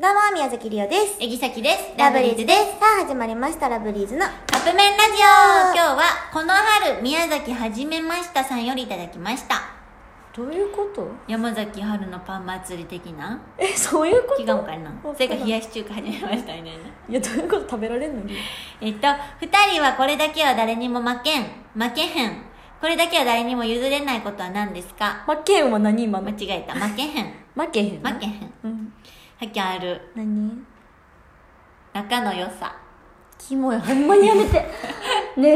どうも、宮崎りおです。えぎさきです。ラブリーズです。さあ、始まりました、ラブリーズの。カップ麺ラジオ今日は、この春、宮崎はじめましたさんよりいただきました。どういうこと山崎春のパン祭り的なえ、そういうこ違うんかなそうそれか冷やし中華始めましたみたいな。いや、どういうこと食べられんのに。えっと、二人はこれだけは誰にも負けん。負けへん。これだけは誰にも譲れないことは何ですか負けんは何今間違えた。負けへん。負けへん負けへん。うん。さっきある、何仲の良さ。キ モい、ほんまにやめて。ね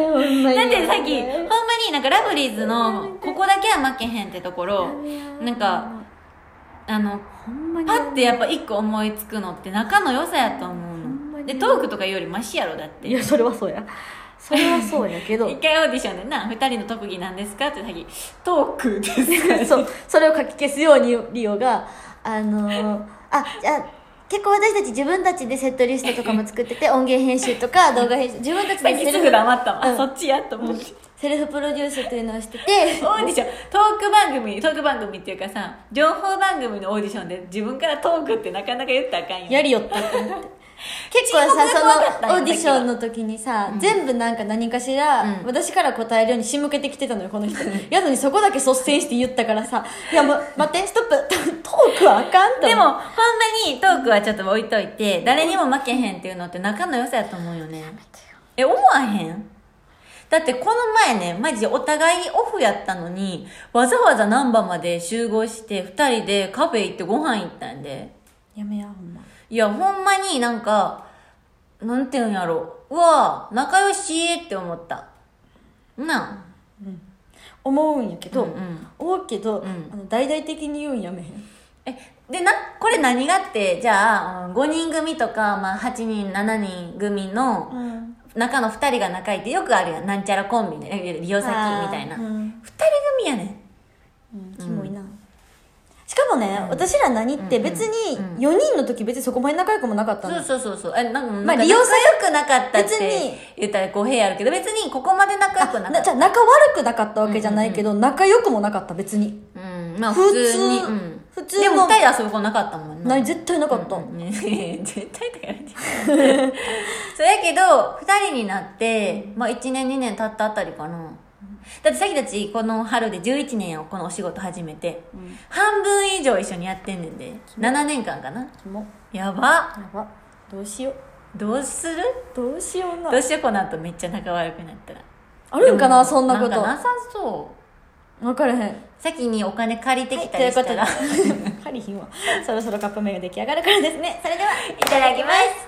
え、ほんまに。だってさっき、ほんまになんかラブリーズの、ここだけは負けへんってところ、なんか、あの、ほんまに。パッてやっぱ一個思いつくのって仲の良さやとほん思うまのにでトークとかよりマシやろだっていや、一それはそうや。それはそうやけど。回オーディションでな2人の特技なんですかって先トーク ですそう、それをかき消すようにリオが、あのーあ、じゃあ、結構私たち自分たちでセットリストとかも作ってて、音源編集とか動画編集、自分たちさっできセすルぐフ、黙ったわ、うんそっちやと思って、セルフプロデュースというのをしてて、オーディショントーク番組トーク番組っていうかさ情報番組のオーディションで自分からトークってなかなか言ったらあかんやんやりよったって思って。結構さ、沈黙が怖かそったんのやオーディションの時にさ、全部なんか何かしら、うん私から答えるように仕向けてきてたのよ、この人。やのにそこだけ率先して言ったからさ、いや、もう待って、ストップ、トークはあかんと思って。でもほんまにトークはちょっと置いといて誰にも負けへんっていうのって仲の良さやと思うよねえ思わへんだってこの前ねマジお互いオフやったのにわざわざ難波まで集合して2人でカフェ行ってご飯行ったんでやめや、ほんま。いやほんまになんかなんていうんやろうわあ仲良しって思ったなあ思うんやけど、うんうん思うけど、んあの大々的に言うんやめへんえでなこれ何がってじゃあ5人組とか、まあ、8人7人組の、ん中の2人が仲いいってよくあるやんなんちゃらコンビね利用先みたいな、う2ん、人組やねんうんキモいな、しかもね、私ら何って別に4人の時別にそこまで仲良くもなかったの、そうそうそうそうえなんまかなあんか利用仲先良くなかったっ別にて言ったら語弊あるけど別にここまで仲良くなかなっじゃたあ仲悪くなかったわけじゃないけど、仲良くもなかった別に、うんまあ普普通通にうん普通のでも2人で遊ぶ子なかったもんない絶対なかった、う んね絶対とか言われて そうやけど2人になって、まあ、1年2年経ったあたりかなだってさっきたちこの春で11年をこのお仕事始めて、半分以上一緒にやってんねんで7年間かなキモやばやばどうしようどうするどうしようなどうしようこの後めっちゃ仲悪くなったらあるんかでなもそんなことんかなさそう分からへん先にお金借りてきたりしとた ら、いうことでハリヒンはそろそろカップ麺が出来上がるからですねそれではい いただきます